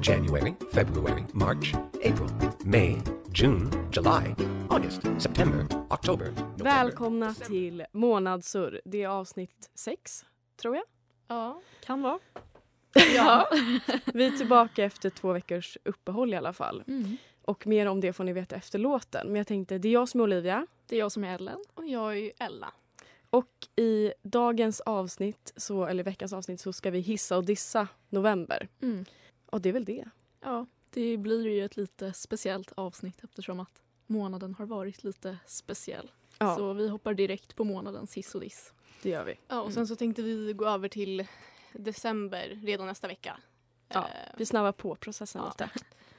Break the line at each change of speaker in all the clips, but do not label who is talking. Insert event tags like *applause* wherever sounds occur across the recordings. January, February, March, April, May, June, July, August, September, October, November.
Välkomna till Månadsur. Det är avsnitt sex, tror jag.
Ja.
Kan *laughs* vara.
ja.
Vi är tillbaka efter två veckors uppehåll i alla fall.
Mm.
Och mer om det får ni veta efter låten. Men jag tänkte, det är jag som är Olivia.
Det är jag som är Ellen.
Och jag är ju Ella.
Och i dagens avsnitt, så, eller veckans avsnitt, så ska vi hissa och dissa november.
Mm.
Och det är väl det.
Ja, det blir ju ett lite speciellt avsnitt eftersom att månaden har varit lite speciell.
Ja,
Så vi hoppar direkt på månadens hiss och diss. Mm.
det gör vi.
Ja, och sen så tänkte vi gå över till december redan nästa vecka.
Ja.
Eh,
Vi snabbar på processen
Ja.
lite.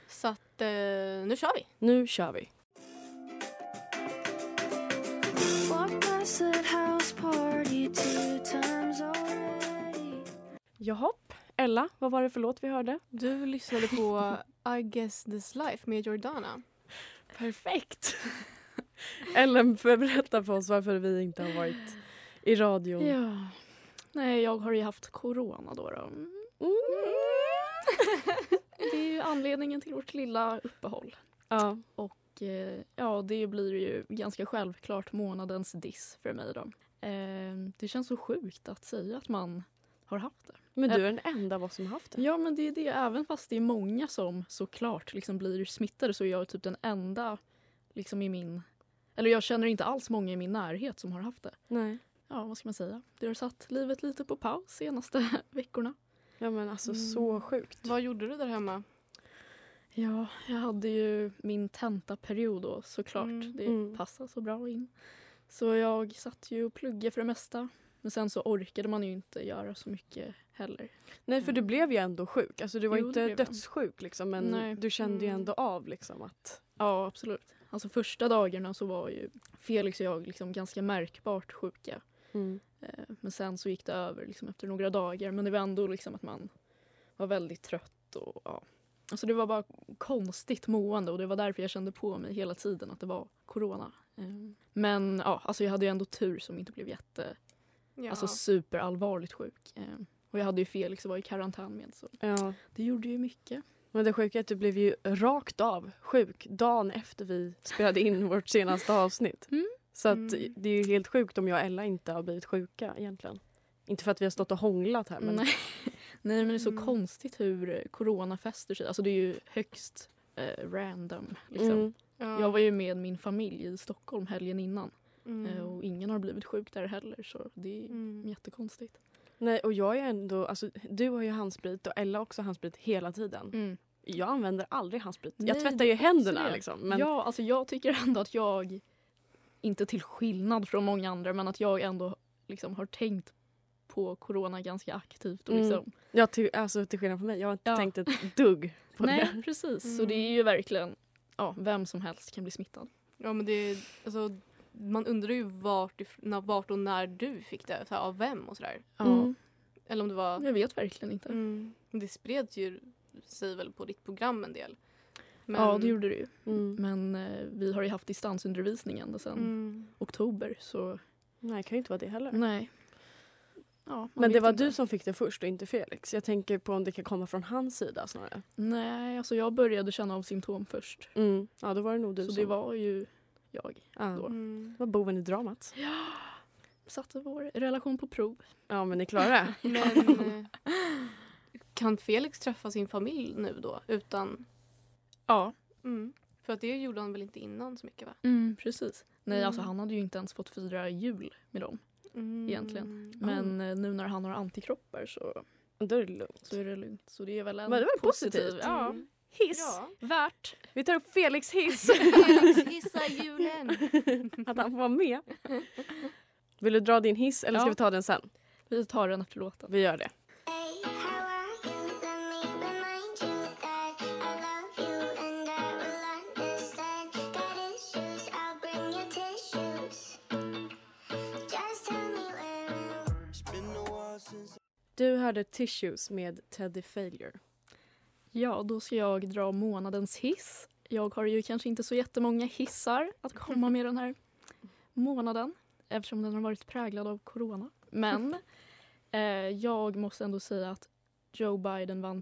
så att eh, nu kör vi.
Nu kör vi. Jaha, Ella, vad var det för låt vi hörde?
Du lyssnade på I guess this life med Jordana.
Perfekt! Ellen, berätta för oss varför vi inte har varit i radion.
Ja. Nej, jag har ju haft corona då. då. Mm.
Mm. *laughs*
Det är ju anledningen till vårt lilla uppehåll.
Ja,
Och, eh, ja, det blir ju ganska självklart månadens diss för mig då. Eh, det känns så sjukt att säga att man har haft det.
men du är den enda av oss som har haft det.
Ja, men det är det. Även fast det är många som såklart liksom blir smittade så är jag typ den enda liksom i min... Eller jag känner inte alls många i min närhet som har haft det.
Nej.
Ja, vad ska man säga? Det har satt livet lite på paus senaste *laughs* veckorna.
Ja men alltså
Mm.
så sjukt.
Vad gjorde du där hemma?
Ja, jag hade ju min tentaperiod då såklart.
Mm.
Det
Mm.
passade så bra in. Så jag satt ju och pluggade för det mesta. Men sen så orkade man ju inte göra så mycket heller.
Nej för du blev ju ändå sjuk. Alltså du var
Jo,
inte
det blev jag.
dödssjuk liksom men
Nej.
du kände ju
Mm.
ändå av liksom att
Ja, absolut. Alltså första dagarna så var ju Felix och jag liksom ganska märkbart sjuka. Eh, Men sen så gick det över liksom efter några dagar. Men det var ändå liksom att man var väldigt trött. Och, ja. alltså det var bara konstigt mående och det var därför jag kände på mig hela tiden att det var corona. Eh, Men ja, alltså jag hade ju ändå tur som inte blev jätte,
Ja.
alltså superallvarligt sjuk. Eh, Och jag hade ju Felix och var i karantän med så
Ja.
det gjorde ju mycket.
Men det sjuka är att du blev ju rakt av sjuk dagen efter vi spelade in vårt senaste avsnitt.
Mm.
Så att
Mm.
det är ju helt sjukt om jag och Ella inte har blivit sjuka egentligen. Inte för att vi har stått och hånglat här men
Nej. *laughs* Nej men det är så
Mm.
konstigt hur eh, corona fäster sig. Alltså det är ju högst eh, random. Liksom.
Mm.
Ja.
Jag var ju med min familj i Stockholm helgen innan
Mm.
eh, och ingen har blivit sjuk där heller så det är
Mm.
jättekonstigt.
Nej och jag är ändå, alltså, du har ju handsprit och Ella har också handsprit hela tiden. Jag använder aldrig handsprit. jag
Mm. Nej,
tvättar ju
också
händerna
det.
liksom. Men
Ja, alltså jag tycker ändå att jag, inte till skillnad från många andra, men att jag ändå liksom har tänkt på corona ganska aktivt. Och
Mm.
liksom.
jag till, alltså, till skillnad från mig, jag har inte
Ja.
tänkt ett dugg på det.
Nej, precis. Så det är ju verkligen, ja, vem som helst kan bli smittad.
Ja men det är, alltså, man undrar ju vart, if- när, vart och när du fick det, så här, av vem och sådär.
Ja,
Mm.
Eller om det var...
Jag vet verkligen inte.
Mm. Det spreds ju sig väl på ditt program en del. Men-
Ja, det gjorde det ju.
Mm.
Men eh, vi har ju haft distansundervisning ända sedan
Mm.
oktober. Så
Nej, det kan ju inte vara det heller.
nej. Ja, man
Men det
vet
var
inte.
du som fick det först och inte Felix. Jag tänker på om det kan komma från hans sida snarare.
Nej, alltså jag började känna av symptom först.
Mm. Ja, då var det nog du
så
som...
det var ju jag.
ja.
då.
Mm.
*laughs*
Det var boven i dramat.
Satte vår relation på prov.
Ja, men ni klarar *laughs* det.
Men eh, kan Felix träffa sin familj nu då utan...
Ja,
Mm. För att det gjorde han väl inte innan så mycket va?
mm, precis. Nej,
Mm.
alltså han hade ju inte ens fått fira jul med dem.
Mm.
Egentligen.
Ah.
Men eh, nu när han har antikroppar så,
Då är det lugnt.
så är det lugnt. Så det är väl en
Men det var ju
positiv...
positivt.
Ja.
Mm.
Hiss!
Ja.
Värt.
Vi tar upp Felix *laughs* hiss!
Felix hissar julen!
att han får vara *laughs* med. Vill du dra din hiss eller ska
Ja.
vi ta den sen?
Vi tar den efter låten.
Vi gör det. Du hörde Tissues med Teddy Failure.
Ja, då ska jag dra månadens hiss. Jag har ju kanske inte så jättemånga hissar att komma med den här månaden eftersom *laughs* den har varit präglad av corona. Men eh, jag måste ändå säga att Joe Biden vann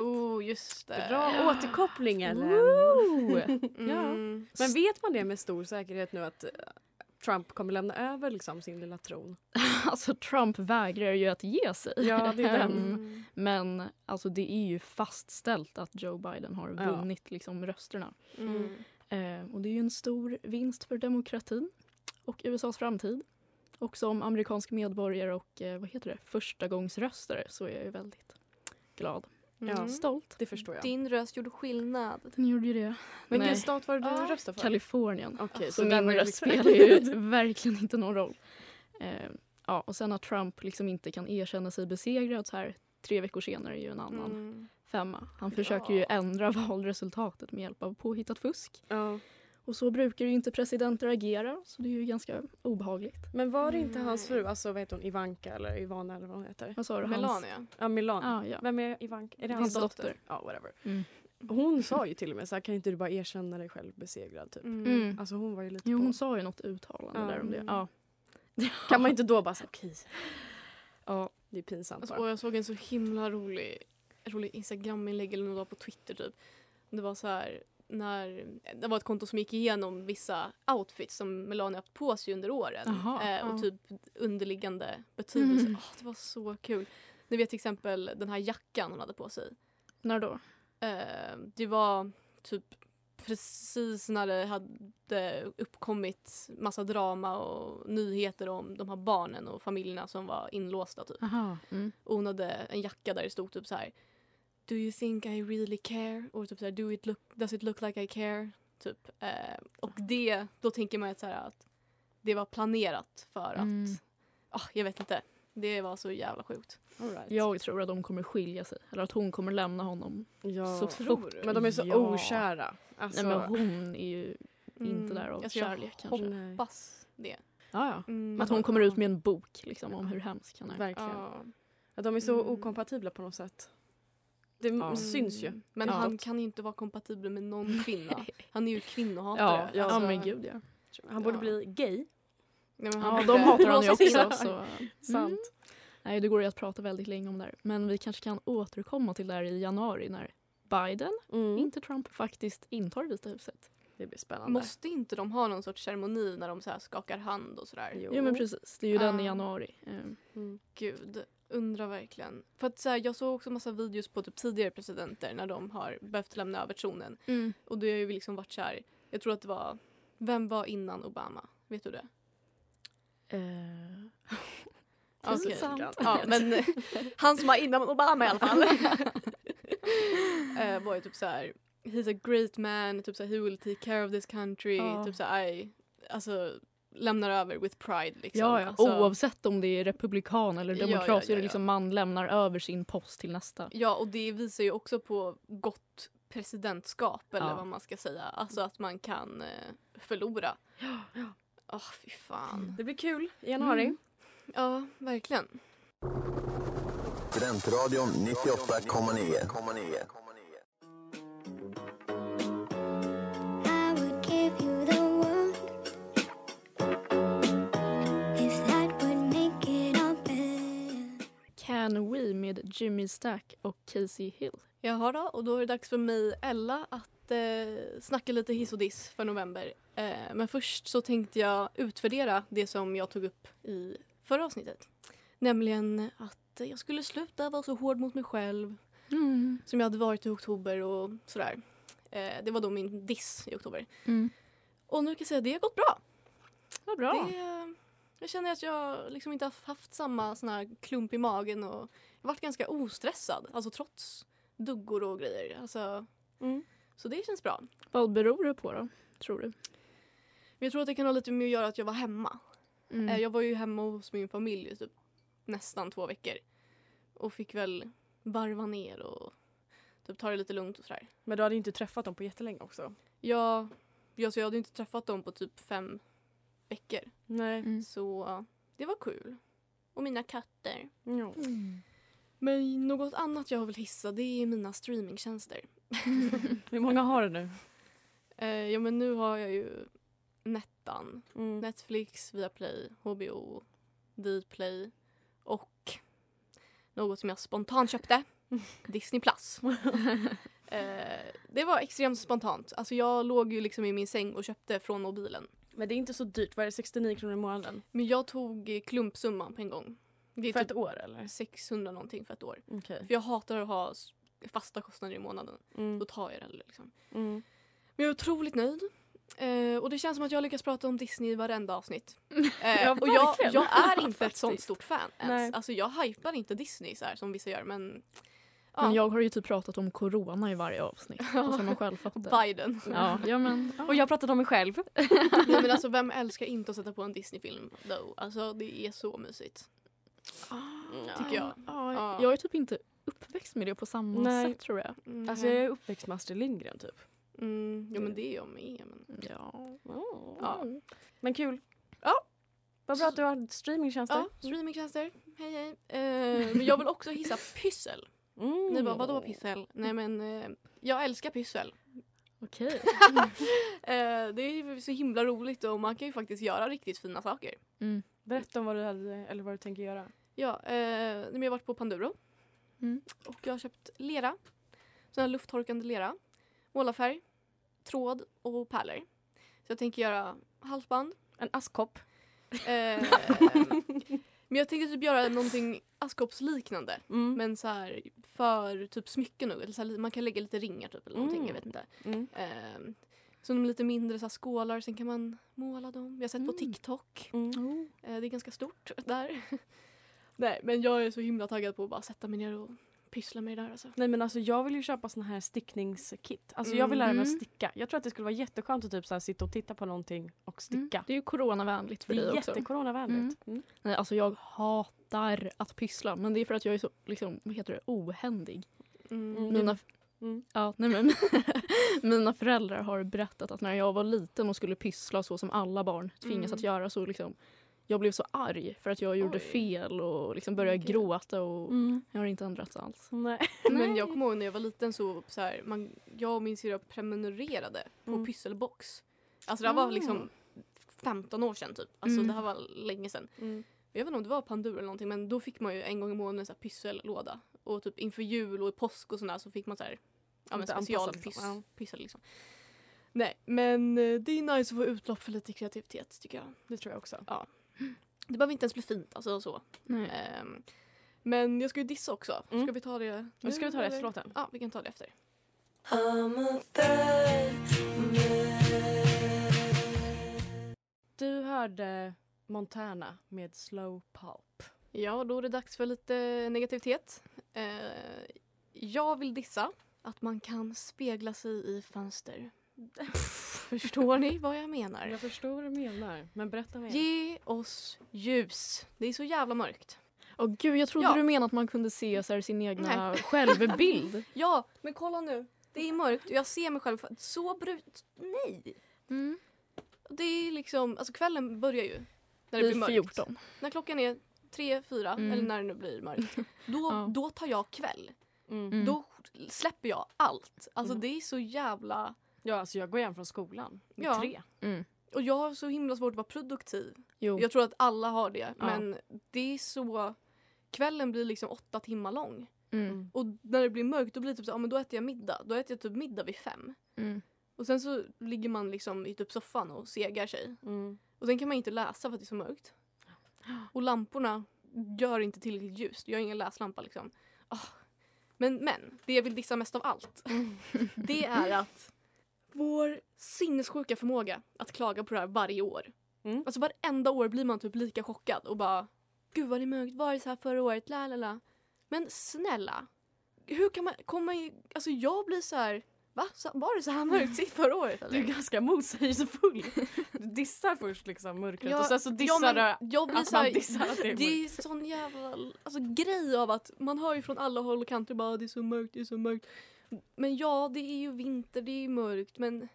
*laughs* Oh, just det.
Bra återkoppling Ellen.
*laughs*
Woo!
Ja.
Men vet man det med stor säkerhet nu att eh, Trump kommer lämna över liksom sin lilla tron?
Alltså Trump vägrar ju att ge sig.
Ja, det *laughs* är den.
Mm. Men alltså det är ju fastställt att Joe Biden har
Ja.
vunnit liksom, rösterna.
Mm.
Eh, och det är ju en stor vinst för demokratin och USAs framtid. Och som amerikansk medborgare och eh, vad heter det, förstagångsröstare så är jag ju väldigt glad. Mm.
Mm.
Ja.
Stolt.
Det förstår jag.
Din röst gjorde skillnad.
Den gjorde ju det.
Men
Nej.
vilken stat var det du
Ah.
röstade för?
Kalifornien.
Okej,
Så
den
min
var ju
röst
liksom-
spelar *laughs* ju verkligen inte någon roll. Eh, ja, och sen att Trump liksom inte kan erkänna sig besegrad så här tre veckor senare är ju en annan
Mm.
femma. Han försöker ju ändra *laughs* valresultatet med hjälp av påhittat fusk.
*laughs* Ja.
Och så brukar ju inte presidenter agera, så det är ju ganska obehagligt.
Men var det inte hans
Nej.
fru, alltså vad heter hon, Ivanka eller Ivana eller vad hon heter?
Vad sa du? Hans...
Melania. Typ.
Ja, Milan.
Ah, ja.
Vem är Ivanka? Är det
Hans
hans,
dotter.
Ja, whatever.
Mm.
Hon sa ju till och med så här, kan inte du bara erkänna dig själv besegrad typ?
Mm.
Mm.
Alltså hon var ju lite
Jo, hon
på.
sa ju något uttalande
Ja.
där om det. Ja.
Kan man inte då bara säga okej,
ja.
det är pinsamt
Alltså,
bara.
och jag såg en så himla rolig, rolig Instagram-inlägg eller något på Twitter typ. Det var så här när, det var ett konto som gick igenom vissa outfits som Melania haft på sig under åren.
Jaha,
eh, och
ja.
typ underliggande betydelse.
Mm.
Åh, det var så kul. Ni vet till exempel den här jackan hon hade på sig.
När då?
Eh, det var typ precis när det hade uppkommit massa drama och nyheter om de här barnen och familjerna som var inlåsta typ.
Aha. Mm.
Och hon hade en jacka där det stod typ så här Do you think I really care? Och typ så här, Do it look, does it look like I care? Typ. Eh, och det, då tänker man ju så här att det var planerat för att,
Mm.
ah, jag vet inte. Det var så jävla sjukt.
All right.
Jag tror att de kommer skilja sig, eller att hon kommer lämna honom.
Ja.
Så
Tror
fort.
du?
Men de är så
Ja.
okära. Alltså,
Nej, men hon är ju inte där av
Alltså, jag
kärlek
hon-
kanske.
nej.
hoppas det.
Ja, ja.
Mm.
Att hon kommer ut med en bok liksom, om hur hemsk han är.
Verkligen.
Ja.
Ja, de är så
Mm.
okompatibla på något sätt. Det
Ja.
syns ju.
Mm. Men
Ja.
han kan ju inte vara kompatibel med
*laughs*
någon kvinna. Han är ju
Ja,
kvinnohatare.
ja,
Alltså,
men gud ja.
Han borde
Ja.
bli gay.
nej, men
ja
han
de
borde *laughs*
hatar han ju
låsas in.
också. Så.
*laughs*
Mm.
Sant.
Nej, det går ju att prata väldigt länge om det här. Men vi kanske kan återkomma till det här i januari när Biden,
Mm.
inte Trump, faktiskt intar Vita huset.
Det blir spännande.
Måste inte de ha någon sorts ceremoni när de så här skakar hand och sådär?
Jo.
Jo, men precis. Det är ju den i
Ah.
januari. Ehm,
Mm.
Gud, undrar verkligen. För att så här, jag såg också massa videos på typ tidigare presidenter när de har behövt lämna över tronen. Och det har ju liksom varit så här, jag tror att det var, vem var innan Obama? Vet du det?
Eh,
Okej.
Precis.
*laughs*
Ja, men han som var innan Obama i alla fall. Eh, var ju typ så här, he's a great man, typ så här, he will take care of this country,
Ja.
typ så här, I, alltså lämnar över with pride liksom.
ja, ja.
Alltså,
Oavsett om det är republikan eller
Ja, ja,
demokrat så
ja,
är det
ja.
liksom man lämnar över sin post till nästa.
Ja, och det visar ju också på gott presidentskap eller
Ja.
vad man ska säga. Alltså att man kan eh,
*gasps*
förlora. Ja. Åh, fy fan.
Mm.
Det blir kul i januari.
Ja, verkligen.
Studentradion 98,9.
I would give you the world if that would make it all better.
Can We med Jimmy Stack och Casey Hill.
Jaha då, och då är det dags för mig, Ella, att eh, snacka lite hiss och diss för november. Eh, men först så tänkte jag utvärdera det som jag tog upp i förra avsnittet. Nämligen att jag skulle sluta vara så hård mot mig själv som jag hade varit i oktober och sådär. Eh, det var då min diss i oktober.
Mm.
Och nu kan jag säga att det har gått bra.
Vad bra.
Det, eh, jag känner att jag liksom inte har haft samma sån här klump i magen och jag har varit ganska ostressad, alltså trots duggor och grejer. Alltså,
Mm.
Så det känns bra.
Vad beror det på då, tror du?
Men jag tror att det kan ha lite med att göra att jag var hemma. Eh,
Eh,
Jag var ju hemma hos min familj i typ nästan två veckor och fick väl varva ner och typ ta det lite lugnt och sådär.
Men du hade ju inte träffat dem på jättelänge också.
Ja, ja så jag hade inte träffat dem på typ fem veckor.
Nej.
Mm.
Så det var kul. Och mina katter.
Ja.
Men något annat jag vill hissa det är mina streamingtjänster.
Hur många har du nu?
Eh, ja men nu har jag ju Nettan.
Mm.
Netflix, Viaplay, HBO, Dplay och Något som jag
*laughs*
spontant köpte. Disney Plus. eh, det var extremt spontant. Alltså jag låg ju liksom i min säng och köpte från mobilen.
Men det är inte så dyrt. Vad är det, 69 kronor i månaden?
Men jag tog eh, klumpsumman på en gång. Det är
För
typ
ett år eller?
600 någonting för ett år.
Okej.
För jag hatar att ha s- fasta kostnader i månaden. Då
Mm.
tar jag det hellre, liksom.
Mm.
Men jag är otroligt nöjd. Eh, och det känns som att jag lyckas prata om Disney i varenda *laughs* avsnitt. Eh,
Ja,
och jag,
verkligen.
jag är *laughs* inte ett sånt
Faktiskt.
stort fan
Nej.
ens. Alltså jag hypar inte Disney så här som vissa gör men... Ja,
Men jag har ju typ pratat om corona i varje avsnitt. Och som man själv fattar.
Biden. *laughs*
Ja, ja men.
Och jag pratade om mig själv.
Nej men alltså vem älskar inte att sätta på en Disney-film though? Alltså det är så mysigt. Ah, Tycker jag.
Ja,
Ja.
Jag är typ inte uppväxt med det på samma
Nej.
sätt tror jag.
Mm.
Alltså jag är uppväxt med Astrid Lindgren typ.
mm, ja men det är jag med. Men...
Ja.
Oh.
Ja.
Men kul.
Ja.
Vad bra att du har streamingtjänster.
Ja, streamingtjänster. Hej hej. Eh, men jag vill också hissa pyssel.
Mm.
Ni bara vadå pyssel? Nej men eh, jag älskar pyssel.
Okej.
*laughs* Eh, det är ju så himla roligt och man kan ju faktiskt göra riktigt fina saker.
Mm.
Berätta om vad du hade eller vad du tänker göra.
Ja, eh, nej, men jag har varit på Panduro
Mm.
och jag har köpt lera. Sån här lufttorkande lera. Målarfärg, tråd och pärlor. Så jag tänker göra halsband.
En askkopp.
Eh, men jag tänkte typ göra någonting askkoppsliknande.
Mm.
Men så här för typ smycken nog. Eller så här, man kan lägga lite ringar typ eller någonting, jag vet inte.
Mm.
Eh, så de är lite mindre så här, skålar, sen kan man måla dem. Jag har sett på
Mm.
TikTok.
Mm.
Eh, Det är ganska stort *laughs* där. Nej, men jag är så himla taggad på att bara sätta mig ner och pyssla med det där. Alltså.
Nej men alltså jag vill ju köpa såna här stickningskit. Alltså jag vill lära mig att
Mm.
sticka. Jag tror att det skulle vara jätteskönt att typ så här sitta och titta på någonting och sticka.
Det är ju coronavänligt Mm. för
Det
dig
är
också.
jättecoronavänligt. Mm.
Nej, alltså jag hatar att pyssla men det är för att jag är så liksom, vad heter det, ohändig.
Mm.
Mm.
Mina,
Mm.
ja, nej, men, *laughs* mina föräldrar har berättat att när jag var liten och skulle pyssla så som alla barn tvingas
Mm.
att göra så liksom jag blev så arg för att jag gjorde
Oj.
fel och liksom började
Okej.
gråta och
Mm.
jag har inte ändrats alls.
Nej.
Men jag kommer ihåg när jag var liten så, så här, man, jag och min syrra prenumererade på
Mm.
pysselbox. Alltså det här var
Mm.
liksom 15 år sedan typ. Alltså
Mm.
det här var länge sedan.
Mm.
Jag vet inte om det var Panduro eller någonting men då fick man ju en gång i månaden en så här pyssellåda. Och typ inför jul och i påsk och sådär så fick man så här, ja, men
Lite
special
anpassat, liksom. Ja.
liksom. pyssel liksom. Nej men eh, det är nice att få utlopp för lite kreativitet tycker jag.
Det tror jag också.
Det behöver inte ens bli fint alltså så.
Nej.
Ehm, men jag ska ju dissa också.
Mm.
Ska vi ta det
Nu ska vi ta det efter
eller?
låten.
Ja, vi kan ta det efter.
Du hörde Montana med Slow Pulp.
Ja, då är det dags för lite negativitet. Eh, jag vill dissa att man kan spegla sig i
*laughs*
fönster. Förstår ni vad jag menar?
Jag förstår vad du menar, men berätta mer.
Ge oss ljus. Det är så jävla mörkt.
Åh gud, jag trodde
Ja.
du menade att man kunde se så här, sin egna självbild.
Ja, men kolla nu. Det är mörkt och jag ser mig själv. Så brut... Nej!
Mm.
Det är liksom... Alltså kvällen börjar ju. När det blir
Vid
mörkt.
14.
När klockan är tre, fyra
Mm.
eller när det nu blir
*laughs*
mörkt. Då,
Ja.
då tar jag kväll.
Mm.
Mm.
Då släpper jag allt. Alltså
Mm.
det är så jävla...
Ja, alltså jag går igen från skolan vid
Ja.
tre.
Och jag har så himla svårt att vara produktiv.
Jo.
Jag tror att alla har det.
Ja.
Men det är så... Kvällen blir liksom åtta timmar lång.
Mm.
Och när det blir mörkt då blir det typ så, ja men då äter jag middag. Då äter jag typ middag vid fem.
Mm.
Och sen så ligger man liksom i typ soffan och segar sig.
Mm.
Och sen kan man inte läsa för att det är så mörkt. Och lamporna gör inte tillräckligt ljust. Jag har ingen läslampa liksom. Ah. Men, men, det jag vill dissa mest av
*laughs*
allt. Det är att vår sinnessjuka förmåga att klaga på det här varje år.
Mm.
Alltså varenda år blir man typ lika chockad och bara Gud vad det är mörkt, var det så här förra året, la la la. Men snälla, hur kan man komma i... Alltså jag blir så här, va? Så- Var det så här mörkt förra året eller?
Du är ganska motsägelsefull. Du dissar först liksom mörkret och sen så
ja,
dissar
men
du att
jag blir
man
så här,
dissar att det är mörkt.
Det är sån jävla alltså, grej av att man hör ju från alla håll och kanter bara "Ah, det är så mörkt, det är så mörkt. Men ja, det är ju vinter, det är ju mörkt men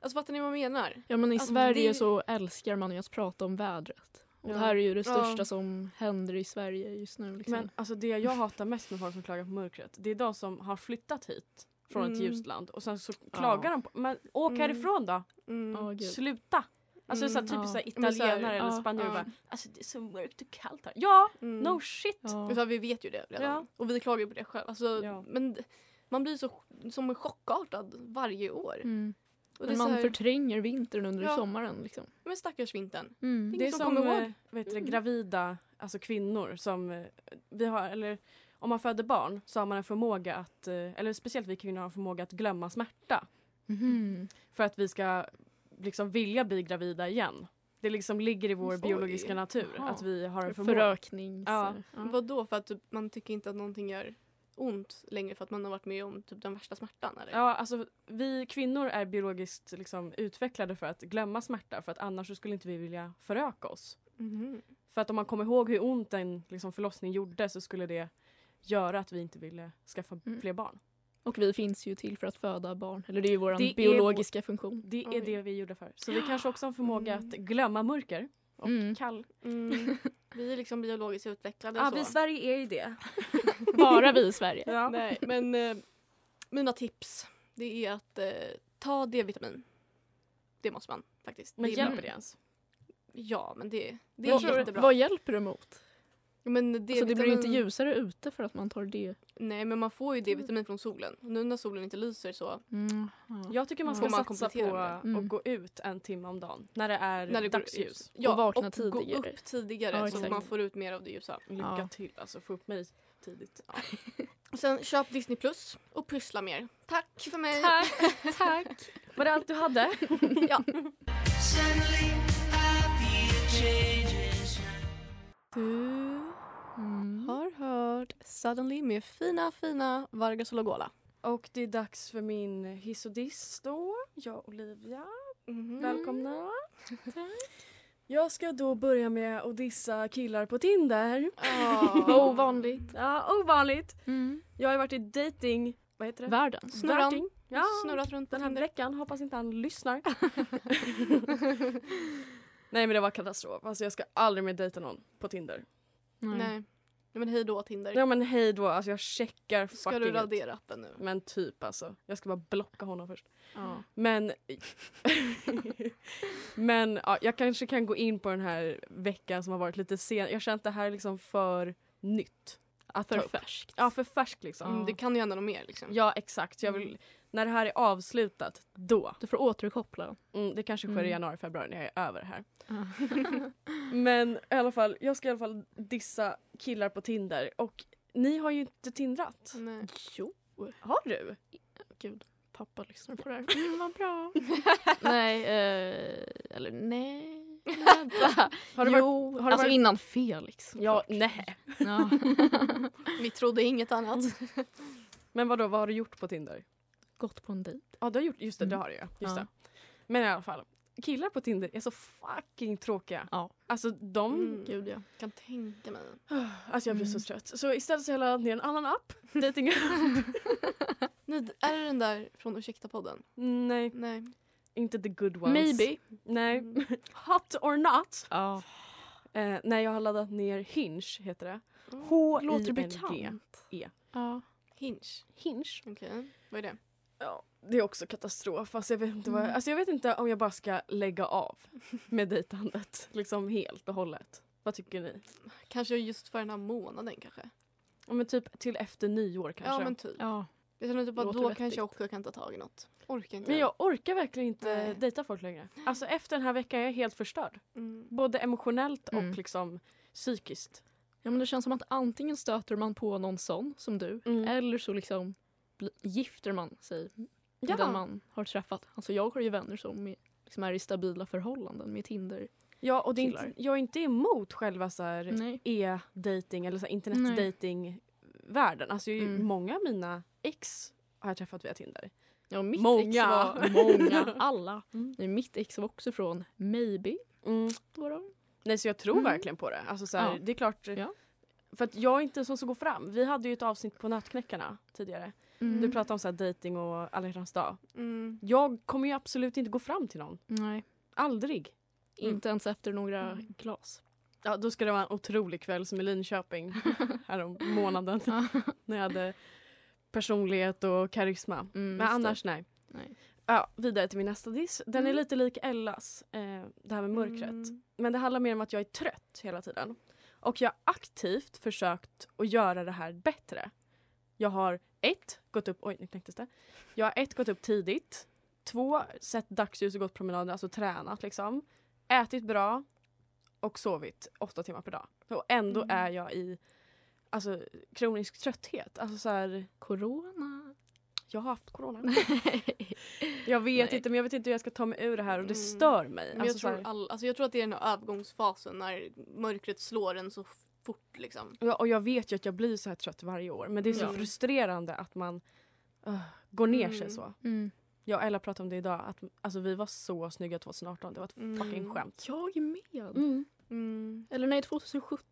alltså fattar ni vad jag menar?
Ja men i
Alltså,
Sverige
det-
så älskar man ju att prata om vädret. Och
Ja.
det här är ju det
Ja.
största som händer i Sverige just nu. Liksom.
Men alltså det jag hatar mest med folk som klagar på mörkret det är de som har flyttat hit från ett
Mm.
ljust land och sen så klagar de på men åk
Mm.
härifrån då!
Mm.
Ja, gud.
Sluta! Alltså
Mm,
så här, typ
ja.
så här,
Men så här,
italienare eller
ja,
spanjorer
ja.
bara alltså det är så mörkt och kallt här. Ja,
Mm.
no shit.
Men så här, vi vet ju det redan.
Ja.
Och vi klagar ju på det själva. Alltså,
Ja.
Men d- man blir så som chockartad varje år.
Mm.
Och det är
Men
så
man
här,
förtränger vintern under
Ja.
sommaren. Liksom.
men stackars vintern.
Mm.
Det är
som
som
kommer
eh,
ihåg.
vet du,
Mm.
gravida alltså kvinnor som eh, vi har eller om man föder barn så har man en förmåga att eh, eller speciellt vi kvinnor har en förmåga att glömma smärta
Mhm.
för att vi ska liksom vilja bli gravida igen. Det liksom ligger i vår
Oj.
biologiska natur
Jaha.
att vi har en förmåga.
Förökning.
Ja.
så-
Vadå Vad då för att typ, man tycker inte att någonting gör ont längre för att man har varit med om typ, den värsta smärtan? Eller?
Ja, alltså vi kvinnor är biologiskt liksom, utvecklade för att glömma smärta för att annars så skulle inte vi vilja föröka oss.
Mhm.
För att om man kommer ihåg hur ont en liksom, förlossning gjorde så skulle det göra att vi inte ville skaffa
Mm.
fler barn.
Och vi finns ju till för att föda barn. Eller det är ju
Det är
vår biologiska funktion.
Det
Oj.
är det vi är gjorda för. Så vi kanske också har en förmåga
Mm.
att glömma mörker och
Mm.
kall. *laughs*
Mm. Vi är liksom biologiskt utvecklade.
Ja,
så.
vi i Sverige är ju det.
Bara vi i Sverige.
Nej, men eh, mina tips det är att eh, ta D-vitamin. Det måste man faktiskt.
Men
det är
hjälper
bra.
det ens?
Ja, men det, det
Vad-
är jättebra.
Vad hjälper det mot?
Men
Alltså, det blir ju inte Mm.
D-vitamin-
ljusare ute för att man tar det.
Nej, men man får ju D-vitamin från solen. Och nu när solen inte lyser så
Mm.
Jag tycker man
Ja.
ska
Får man
satsa på
komplettera med det?
att
Mm.
gå ut en timme om dagen när det är
när det går
dagsljus.
Ja,
Och vakna
gå
tidigare.
upp tidigare
Ja,
så
exakt.
man får ut mer av det ljusa.
Lycka
Ja.
till alltså, få upp mig tidigt.
Och sen köp Disney Plus och pyssla mer. Tack för mig!
Tack.
Var det allt du hade? *laughs*
Du
Mm.
har hört Suddenly med fina, fina Vargas och Lagola.
Och det är dags för min hiss och diss då. Jag och Olivia,
Mhm.
Mm. *laughs*
välkomna. Jag ska då börja med att dissa killar på Tinder.
Oh.
Ovanligt.
Ja, ovanligt.
Mm.
Jag har ju varit i dating... Vad heter det?
Världen.
Snurran.
Dating. Ja,
Snurrat runt på
den här
Tinder.
veckan. Hoppas inte han lyssnar. *laughs* Nej men det var katastrof. Alltså jag ska aldrig mer dejta någon på Tinder.
Nej. Nej men hej då Tinder.
Ja men hej då, alltså jag checkar
Ska
fucking
du
ut.
radera appen nu?
Men typ alltså. Jag ska bara blocka honom först.
Ja.
Men, *laughs* men ja, jag kanske kan gå in på den här veckan som har varit lite sen. Jag känner att det här är liksom för nytt. Att ta
För
upp.
färskt.
Ja, för färskt liksom.
Mm, det kan ju hända något mer liksom.
Ja, exakt. Så Jag vill, när det här är avslutat, då.
Du får återkoppla.
Mm, det kanske sker i
Mm.
januari, februari när jag är över det här.
Ja.
Men i alla fall, jag ska i alla fall dissa killar på Tinder. Och ni har ju inte tindrat. *laughs*
Nej.
*laughs* Jo.
Har du?
Gud, pappa lyssnar på
*laughs*
det här. Mm, vad bra. nej, eh, eller nej. Vänta.
*laughs* Har du varit...
jo,
har du
alltså
varit-
innan Felix.
Ja,
såklart.
nej.
Ja.
*laughs* Vi trodde inget annat.
Men vadå, vad har du gjort på Tinder?
Gått på en dejt.
Ja, du har gjort, just det, det
Mm.
har du ju. Just
Ja.
det. Men i alla fall, killar på Tinder är så fucking tråkiga.
Ja.
Alltså de...
Mm.
Gud ja.
Kan tänka mig.
*sighs* Alltså jag blir så
Mm.
trött. Så istället så har jag laddat ner en annan app. Dating
*laughs* Nu, är det den där från Ursäkta-podden?
Nej,
Nej.
inte the good ones.
Maybe.
Nej. *laughs*
Mm.
Hot or not.
Ja.
Eh, nej, jag har laddat ner Hinge heter det. h i
Låter
n g
bekant.
E.
Ja.
Hinge.
Hinge.
Okej, vad är det?
Ja, det är också katastrof. Alltså jag, vet inte vad jag,
Mm.
alltså jag vet inte om jag bara ska lägga av med dejtandet. *laughs* Liksom helt och hållet. Vad tycker ni?
Kanske just för den här månaden kanske?
Ja, men typ till efter nyår kanske.
Ja men typ.
ja.
Jag känner typ att
Låter
då
vettigt.
kanske jag också kan ta tag i något. Orkar inte.
Men jag orkar verkligen inte
Nej.
dejta folk längre. Alltså efter den här veckan är jag helt förstörd.
Mm.
Både emotionellt och
Mm.
liksom psykiskt.
ja men det känns som att antingen stöter man på någon sån som du
Mm.
eller så liksom bli- gifter man sig med
Ja.
den man har träffat. Alltså jag har ju vänner som är, liksom är i stabila förhållanden med Tinder.
Ja, och det är inte,
Killar.
jag är inte emot själva så här
Nej.
e-dating eller så här internetdating-världen. Alltså ju-
Mm.
många av mina ex har jag träffat via Tinder.
Ja, mitt
*laughs*
ex
Många.
var *laughs* många, alla.
Mm.
Nej, mitt ex var också från Maybe. Då då.
Nej, så jag tror
Mm.
verkligen på det. Alltså så här,
Ja.
Det är klart.
Ja.
För att jag är inte en sån som går fram. Vi hade ju ett avsnitt på Nötknäckarna tidigare. Du
Mm.
pratade om så här dating och alla hjärtans dag.
Mm.
Jag kommer ju absolut inte gå fram till någon.
Nej,
Aldrig. Mm.
inte ens efter några glas.
Ja, då ska det vara en otrolig kväll som i
*laughs*
Linköping härom månaden.
Ja.
när jag hade personlighet och karisma.
Mm,
Men
just det.
annars nej.
Nej.
Ja, vidare till min nästa diss. Den är
Mm.
lite lik Ellas, eh, det här med mörkret.
Mm.
Men det handlar mer om att jag är trött hela tiden. Och jag har aktivt försökt att göra det här bättre. Jag har ett, gått upp, oj nu knäcktes det. Jag har ett, gått upp tidigt. Två, sett dagsljus och gått promenader, alltså tränat liksom. Ätit bra och sovit åtta timmar per dag. Och ändå
Mm.
är jag i alltså, kronisk trötthet. Alltså så här, *laughs*
Corona.
jag har haft corona. jag vet
Nej.
inte men jag vet inte hur jag ska ta mig ur det här och det
Mm.
stör mig.
Men
Alltså,
jag,
så här,
tror all, alltså jag tror att det är den här övergångsfasen när mörkret slår en så f- fort liksom.
Ja, och jag vet ju att jag blir så här trött varje år men det är så
Ja.
frustrerande att man öh, går ner sig
Mm.
så.
Mm.
Jag och Ella pratade om det idag, att alltså, vi var så snygga 2018. Det var ett
Mm.
fucking skämt.
Jag är med.
Mm.
Eller nej, 2017.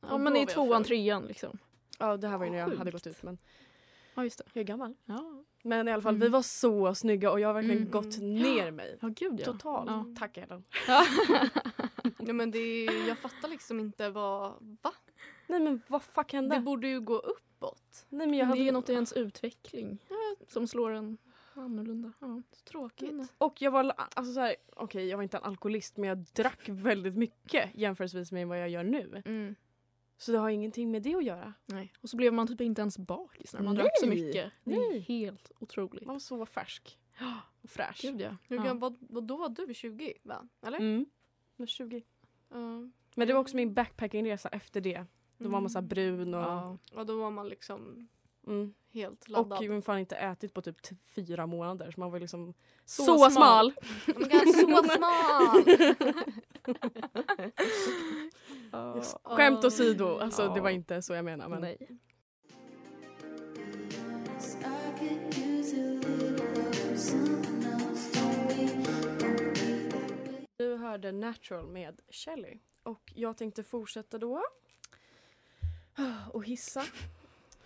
Ja,
Och
men
då
i
var jag
tvåan,
född.
trean liksom.
Ja, det här var ju när jag
Sjukt.
hade gått ut men
Ja, just det.
jag är gammal.
Ja,
Men i alla fall,
Mm.
vi var så snygga och jag har verkligen
Mm.
gått ner mig.
ja gud ja.
Totalt.
Ja.
Tack Ellen. *laughs*
*laughs* Nej men det är, jag fattar liksom inte vad, va?
Nej men vad fuck hände?
Det borde ju gå uppåt.
Nej, men jag
Men
hade...
det är ju något i ens utveckling som slår en annorlunda. Ja.
Så tråkigt.
Mm.
Och jag var, alltså så här, okej jag var inte en alkoholist men jag drack väldigt mycket jämförelsevis med vad jag gör nu.
Mm.
Så det har ingenting med det att göra.
Nej. Och så blev man typ inte ens bakis när man drack så
Nej.
mycket. Det
Nej.
är helt otroligt.
Man var så färsk. *gasps* Och fräsch.
Gud ja.
Hur
Ja.
gam- vad, vad, då var du 20 va? Eller?
Mm. Men 20.
Ja.
Men det var också min backpackingresa efter det. Mm. Då var man så här
Mm.
brun och...
Ja.
Ja då var man liksom
Mm.
helt
Och
laddad.
man fan inte ätit på typ t- fyra månader så man var liksom så,
Så
smal.
smal. oh my
*laughs*
god, så smal!
Skämt åsido, alltså
Ja.
det var inte så jag menade. Men...
Nej.
Du hörde Natural med Shelly och jag tänkte fortsätta då. *sighs* Och hissa.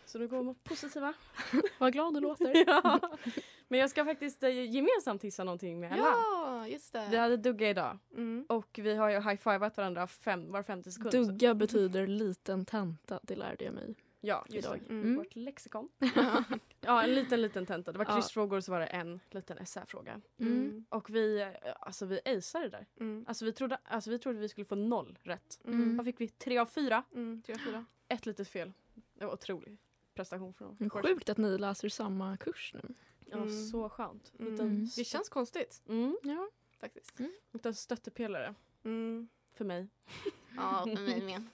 Så nu går mot positiva. *laughs*
Vad glad du låter.
ja. *laughs* Men jag ska faktiskt eh, gemensamt hissa någonting med Ella.
ja, just
Vi
det.
hade dugga idag
Mm.
och vi har ju high-fivat varandra fem, var femte sekund. så-
Dugga betyder liten tenta, det lärde jag mig
Ja, just
idag.
det.
Mm.
Vårt lexikon. *laughs* ja, en liten, liten tenta. Det var
Ja.
kryssfrågor och så var det en liten essäfråga.
Mm.
Och vi, eh, alltså vi aceade det där.
Mm.
Alltså vi, trodde, alltså vi trodde vi skulle få noll rätt.
Mm.
Vad fick vi? Tre av fyra.
Mm. Tre, fyra.
Ett litet fel. Det var otrolig prestation från
Men Mm. Sjukt att ni läser samma kurs nu.
Det var
Mm.
så skönt.
Mm.
Liten,
Det känns konstigt
mm,
Ja.
faktiskt.
liten stöttepelare
Mm.
för mig.
*laughs*
Ja, för mig med.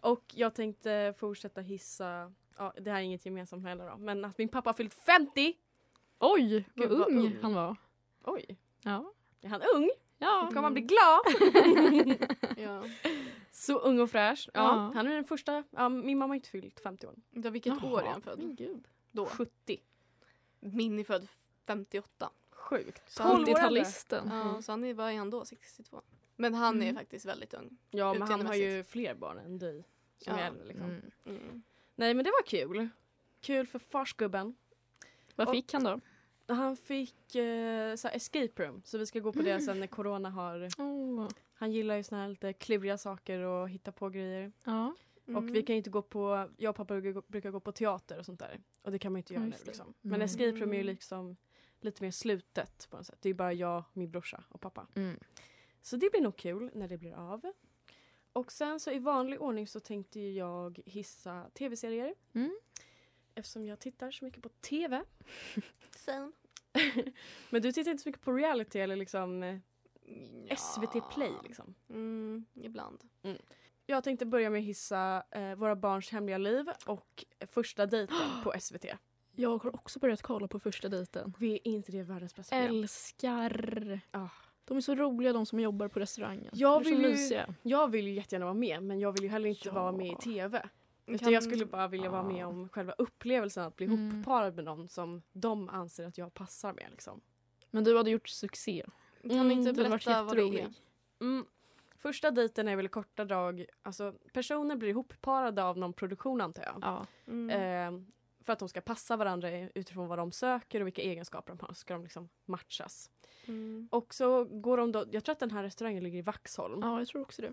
Och jag tänkte fortsätta hissa, ja, det här är inget gemensamt heller då, men att min pappa har fyllt 50!
Oj, vad
Gud, vad
ung
ung.
han var.
Oj,
Ja.
är han ung?
Ja.
Kommer han bli glad?
Ja.
Så ung och fräsch. Ja.
Ja.
Han är den första. Ja, min mamma har inte fyllt 50 år.
Då, vilket år är han född?
Men gud.
Då.
70.
Min är född 58.
Sjukt. Så han-
70-talisten.
Ja, så han är, vad är han då? 62? Men han
Mm.
är faktiskt väldigt ung.
Ja, men han har
Utseendemässigt.
ju fler barn än dig. Som
Ja.
är äldre liksom.
Mm.
Mm.
Nej men det var kul. Kul för farsgubben.
Vad
Och-
fick han då?
Han fick eh, så här escape room så vi ska gå på det sen när corona har.
Oh.
Han gillar ju såna här lite kluriga saker och hitta på grejer.
Ja.
Mm.
Och vi kan ju inte gå på, jag och pappa brukar gå- brukar gå på teater och sånt där. Och det kan man ju inte
Ja,
göra nu
just det.
liksom. Men
Nej.
escape room är ju
Mm.
liksom lite mer slutet på något sätt. Det är bara jag, min brorsa och pappa.
Mm.
Så det blir nog kul när det blir av. Och sen så i vanlig ordning så tänkte ju jag hissa tv-serier.
Mm.
Eftersom jag tittar så mycket på tv.
Same.
Men du tittar inte så mycket på reality eller liksom eh,
Ja.
SVT Play liksom.
Mm, ibland.
Jag tänkte börja med att hissa eh, Våra barns hemliga liv och Första dejten *gasps* på SVT.
Jag har också börjat kolla på första dejten.
Vi är inte det världens bästa program?
Älskar!
Ah.
De är så roliga de som jobbar på restaurangen.
Jag
de är så
vill ju-
mysiga.
Jag vill ju jättegärna vara med men jag vill ju heller inte
Ja.
vara med i tv. Utan
Kan-
jag skulle bara vilja vara med
Ah.
om själva upplevelsen att bli
Mm.
ihopparad med någon som de anser att jag passar med. Liksom.
Men du hade gjort succé.
Kan
Mm,
ni inte
Du hade varit
berätta vad det är?
jätterolig.
Mm. Första dejten är väl i korta drag, alltså personer blir ihopparade av någon produktion antar jag.
Ja.
Mm.
Eh, för att de ska passa varandra i- utifrån vad de söker och vilka egenskaper de har. Så ska de liksom matchas.
Mm.
Och så går de då, jag tror att den här restaurangen ligger i Vaxholm.
ja, jag tror också det.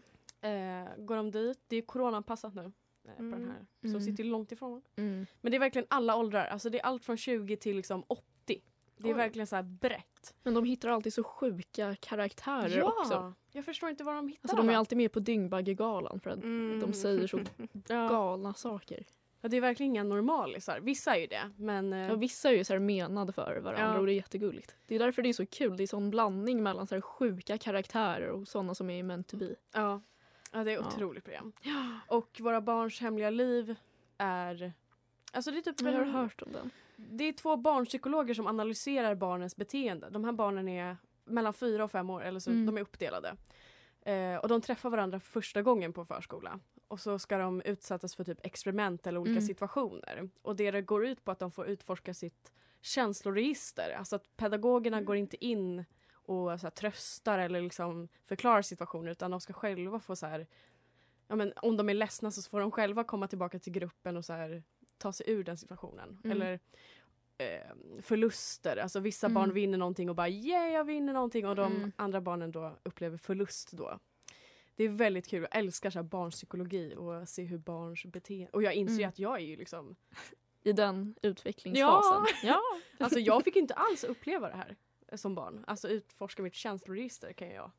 Eh, går de dit, det är coronaanpassat nu. Eh, på den
Mm.
här. Så de
Mm.
sitter ju långt ifrån varandra.
Mm.
Men det är verkligen alla åldrar, alltså det är allt från 20 till liksom 80. Det är
Oj.
verkligen så här brett.
Men de hittar alltid så sjuka karaktärer också.
Jag förstår inte vad de hittar.
Alltså de är alltid med på Dyngbaggegalan för att
Mm.
de säger så
ja.
galna saker.
ja, det är verkligen inga normalisar. Vissa är ju det, men... eh,
Ja, vissa är ju så här menade för varandra
Ja.
och det är jättegulligt. Det är därför det är så kul. Det är sån blandning mellan så här sjuka karaktärer och såna som är i meant to be.
Ja. ja, det är ett
Ja.
otroligt program. Och Våra barns hemliga liv är... Alltså det är typ
Men jag har
en-
hört om den.
Det är två barnpsykologer som analyserar barnens beteende. De här barnen är mellan fyra och fem år, eller så
Mm.
de är uppdelade. Eh, och de träffar varandra för första gången på förskola. Och så ska de utsättas för typ experiment eller olika
Mm.
situationer. Och det det går ut på att de får utforska sitt känsloregister. Alltså att pedagogerna går inte in och så här, tröstar eller liksom förklarar situationer utan de ska själva få så här, ja, men om de är ledsna så får de själva komma tillbaka till gruppen och så här, ta sig ur den situationen.
Mm.
Eller eh, förluster, alltså vissa
Mm.
barn vinner någonting och bara yeah jag vinner någonting och de
Mm.
andra barnen då upplever förlust då. Det är väldigt kul, jag älskar så här barnpsykologi och se hur barns beteende, och jag inser ju
Mm.
att jag är ju liksom,
I den utvecklingsfasen. Ja.
alltså jag fick inte alls uppleva det här eh, som barn. Alltså utforska mitt känsloregister kan jag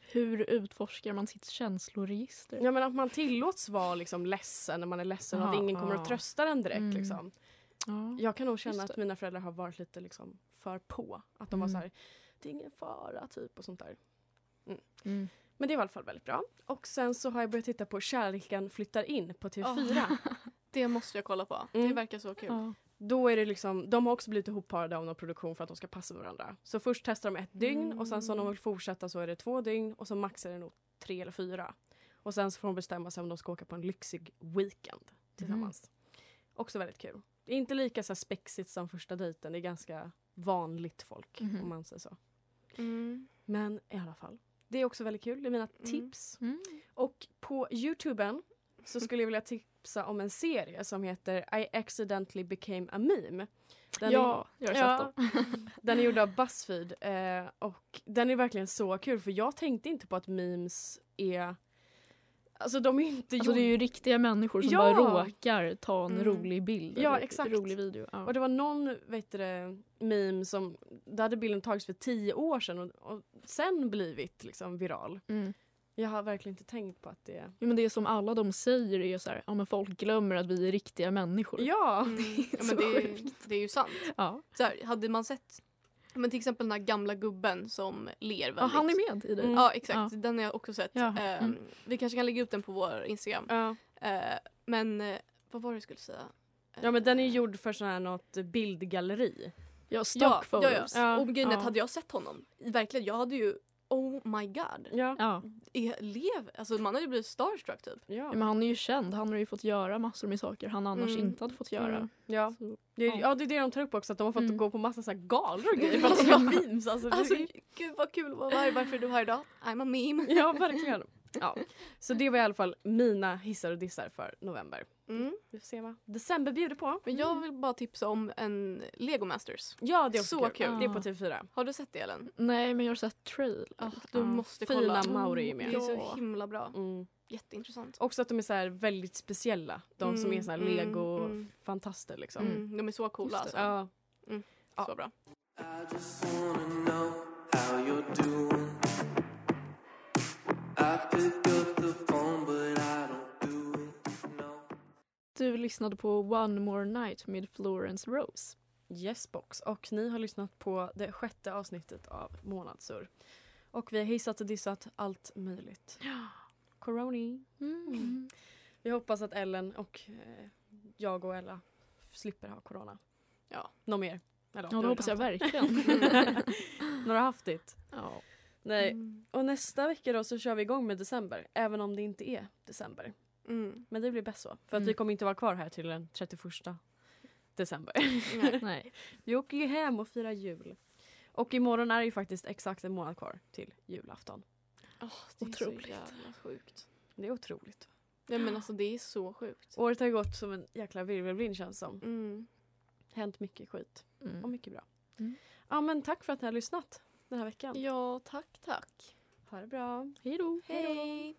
*laughs* Hur utforskar man sitt känsloregister?
Ja men att man tillåts vara liksom ledsen när man är ledsen och att
Ja,
ingen kommer
ja.
att trösta den direkt.
Mm.
Liksom.
Ja.
Jag kan nog känna
Just det.
att mina föräldrar har varit lite liksom, för på. Att de var
Mm.
så här, det är ingen fara typ och sånt där.
Mm.
Men det är i alla fall väldigt bra. Och sen så har jag börjat titta på Kärleken flyttar in på TV4.
*laughs* Det måste jag kolla på.
Mm.
Det verkar så kul.
Ja.
Då är det liksom, de har också blivit ihopparade av någon produktion för att de ska passa varandra. Så först testar de ett dygn och sen så om de vill fortsätta så är det två dygn och så max är det nog tre eller fyra. Och sen så får de bestämma sig om de ska åka på en lyxig weekend tillsammans. Också väldigt kul. Det är inte lika så här spexigt som första dejten, det är ganska vanligt folk
Mhm.
om man säger så.
Mm.
Men i alla fall, det är också väldigt kul, det är mina
Mm.
tips.
Mm.
Och på Youtuben så skulle jag vilja tipsa om en serie som heter I accidentally became a meme. Den är-
ja, jag har sett
Ja.
dem.
Den är gjord av Buzzfeed eh, och den är verkligen så kul för jag tänkte inte på att memes är... Alltså de är inte
Alltså det är ju riktiga människor som
Ja.
bara råkar ta en
Mm.
rolig bild.
Ja,
eller en
exakt.
Rolig video. Ja.
Och det var någon vet du, det, meme som, där hade bilden tagits för tio år sedan och, och sen blivit liksom viral.
Mm.
Jag har verkligen inte tänkt på att det...
Jo, men det som alla de säger är ju så här, ja men folk glömmer att vi är riktiga människor.
Ja!
Mm.
*laughs*
Ja,
så
men det, är, det är ju sant.
Ja.
Så här, hade man sett men till exempel den här gamla gubben som ler väldigt.
ja, han är med i det.
Mm.
Ja exakt, den har jag också sett.
Ja.
Ehm,
Mm.
Vi kanske kan lägga ut den på vår Instagram.
Ja.
Ehm, men eh, vad var det jag skulle säga?
ja men den är gjord för sån här något bildgalleri.
Ja, stock
Ehm, Ja, ja, ja.
photos.
Ja.
Och grejen är att
Ja.
hade jag sett honom, i verkligen, jag hade ju Oh my god.
Ja.
Ja.
Är, lev, alltså man hade ju blivit starstruck typ.
Ja.
Men han är ju känd, han har ju fått göra massor med saker han annars
Mm.
inte hade fått göra.
Mm. Ja.
Så,
Det,
Ja.
ja, det är det de tar upp också, att de har fått
Mm.
gå på massa så här galor och grejer för *laughs* att de gör memes. Alltså, det-
Alltså gud vad kul att vara här, varför är du här idag? I'm a meme.
Ja, verkligen. Ja. Så det var i alla fall mina hissar och dissar för november.
*laughs* Mm.
Vi får se vad december bjuder på.
Men jag vill bara tipsa om en Lego Masters.
Ja, det är också
Så
kul.
kul.
Det är på TV4.
Har du sett det Ellen?
Nej, men jag har sett trail.
du
Ah, Ja.
måste kolla.
Fina Mauri är
Det
med.
är så
Ja.
himla bra.
Mm.
Jätteintressant.
Också att de är så här väldigt speciella. De som
Mm,
är så här
mm, mm.
lego-fantaster liksom.
Mm. De är så coola
Just
alltså.
det.
Ja.
Så bra.
Du lyssnade på One More Night med Florence Rose.
Yesbox och ni har lyssnat på det sjätte avsnittet av Månadsur. Och vi har hissat och dissat allt möjligt. Coroni.
Mm.
Vi hoppas att Ellen och eh, jag och Ella slipper ha corona.
Ja.
Någon mer? Eller,
Ja, det hoppas jag verkligen. *laughs*
*laughs* Några har haft det?
ja. Mm.
Nej.
Mm.
Och nästa vecka då så kör vi igång med december. Även om det inte är december.
Mm.
Men det blir bäst så. För att
Mm.
vi kommer inte vara kvar här till den 31 december.
Nej.
Vi åker ju hem och firar jul. Och imorgon är det ju faktiskt exakt en månad kvar till julafton.
det är
Otroligt.
så jävla sjukt.
Det är
Typ.
otroligt.
Nej
*gasps*
men alltså det är så sjukt.
Året har gått som en jäkla virvelvind känns som.
Mm.
Hänt mycket skit och
Mm.
mycket bra.
Mm.
Ja men tack för att ni har lyssnat den här veckan.
Ja, tack tack.
Ha det bra.
Hej då.
Hej.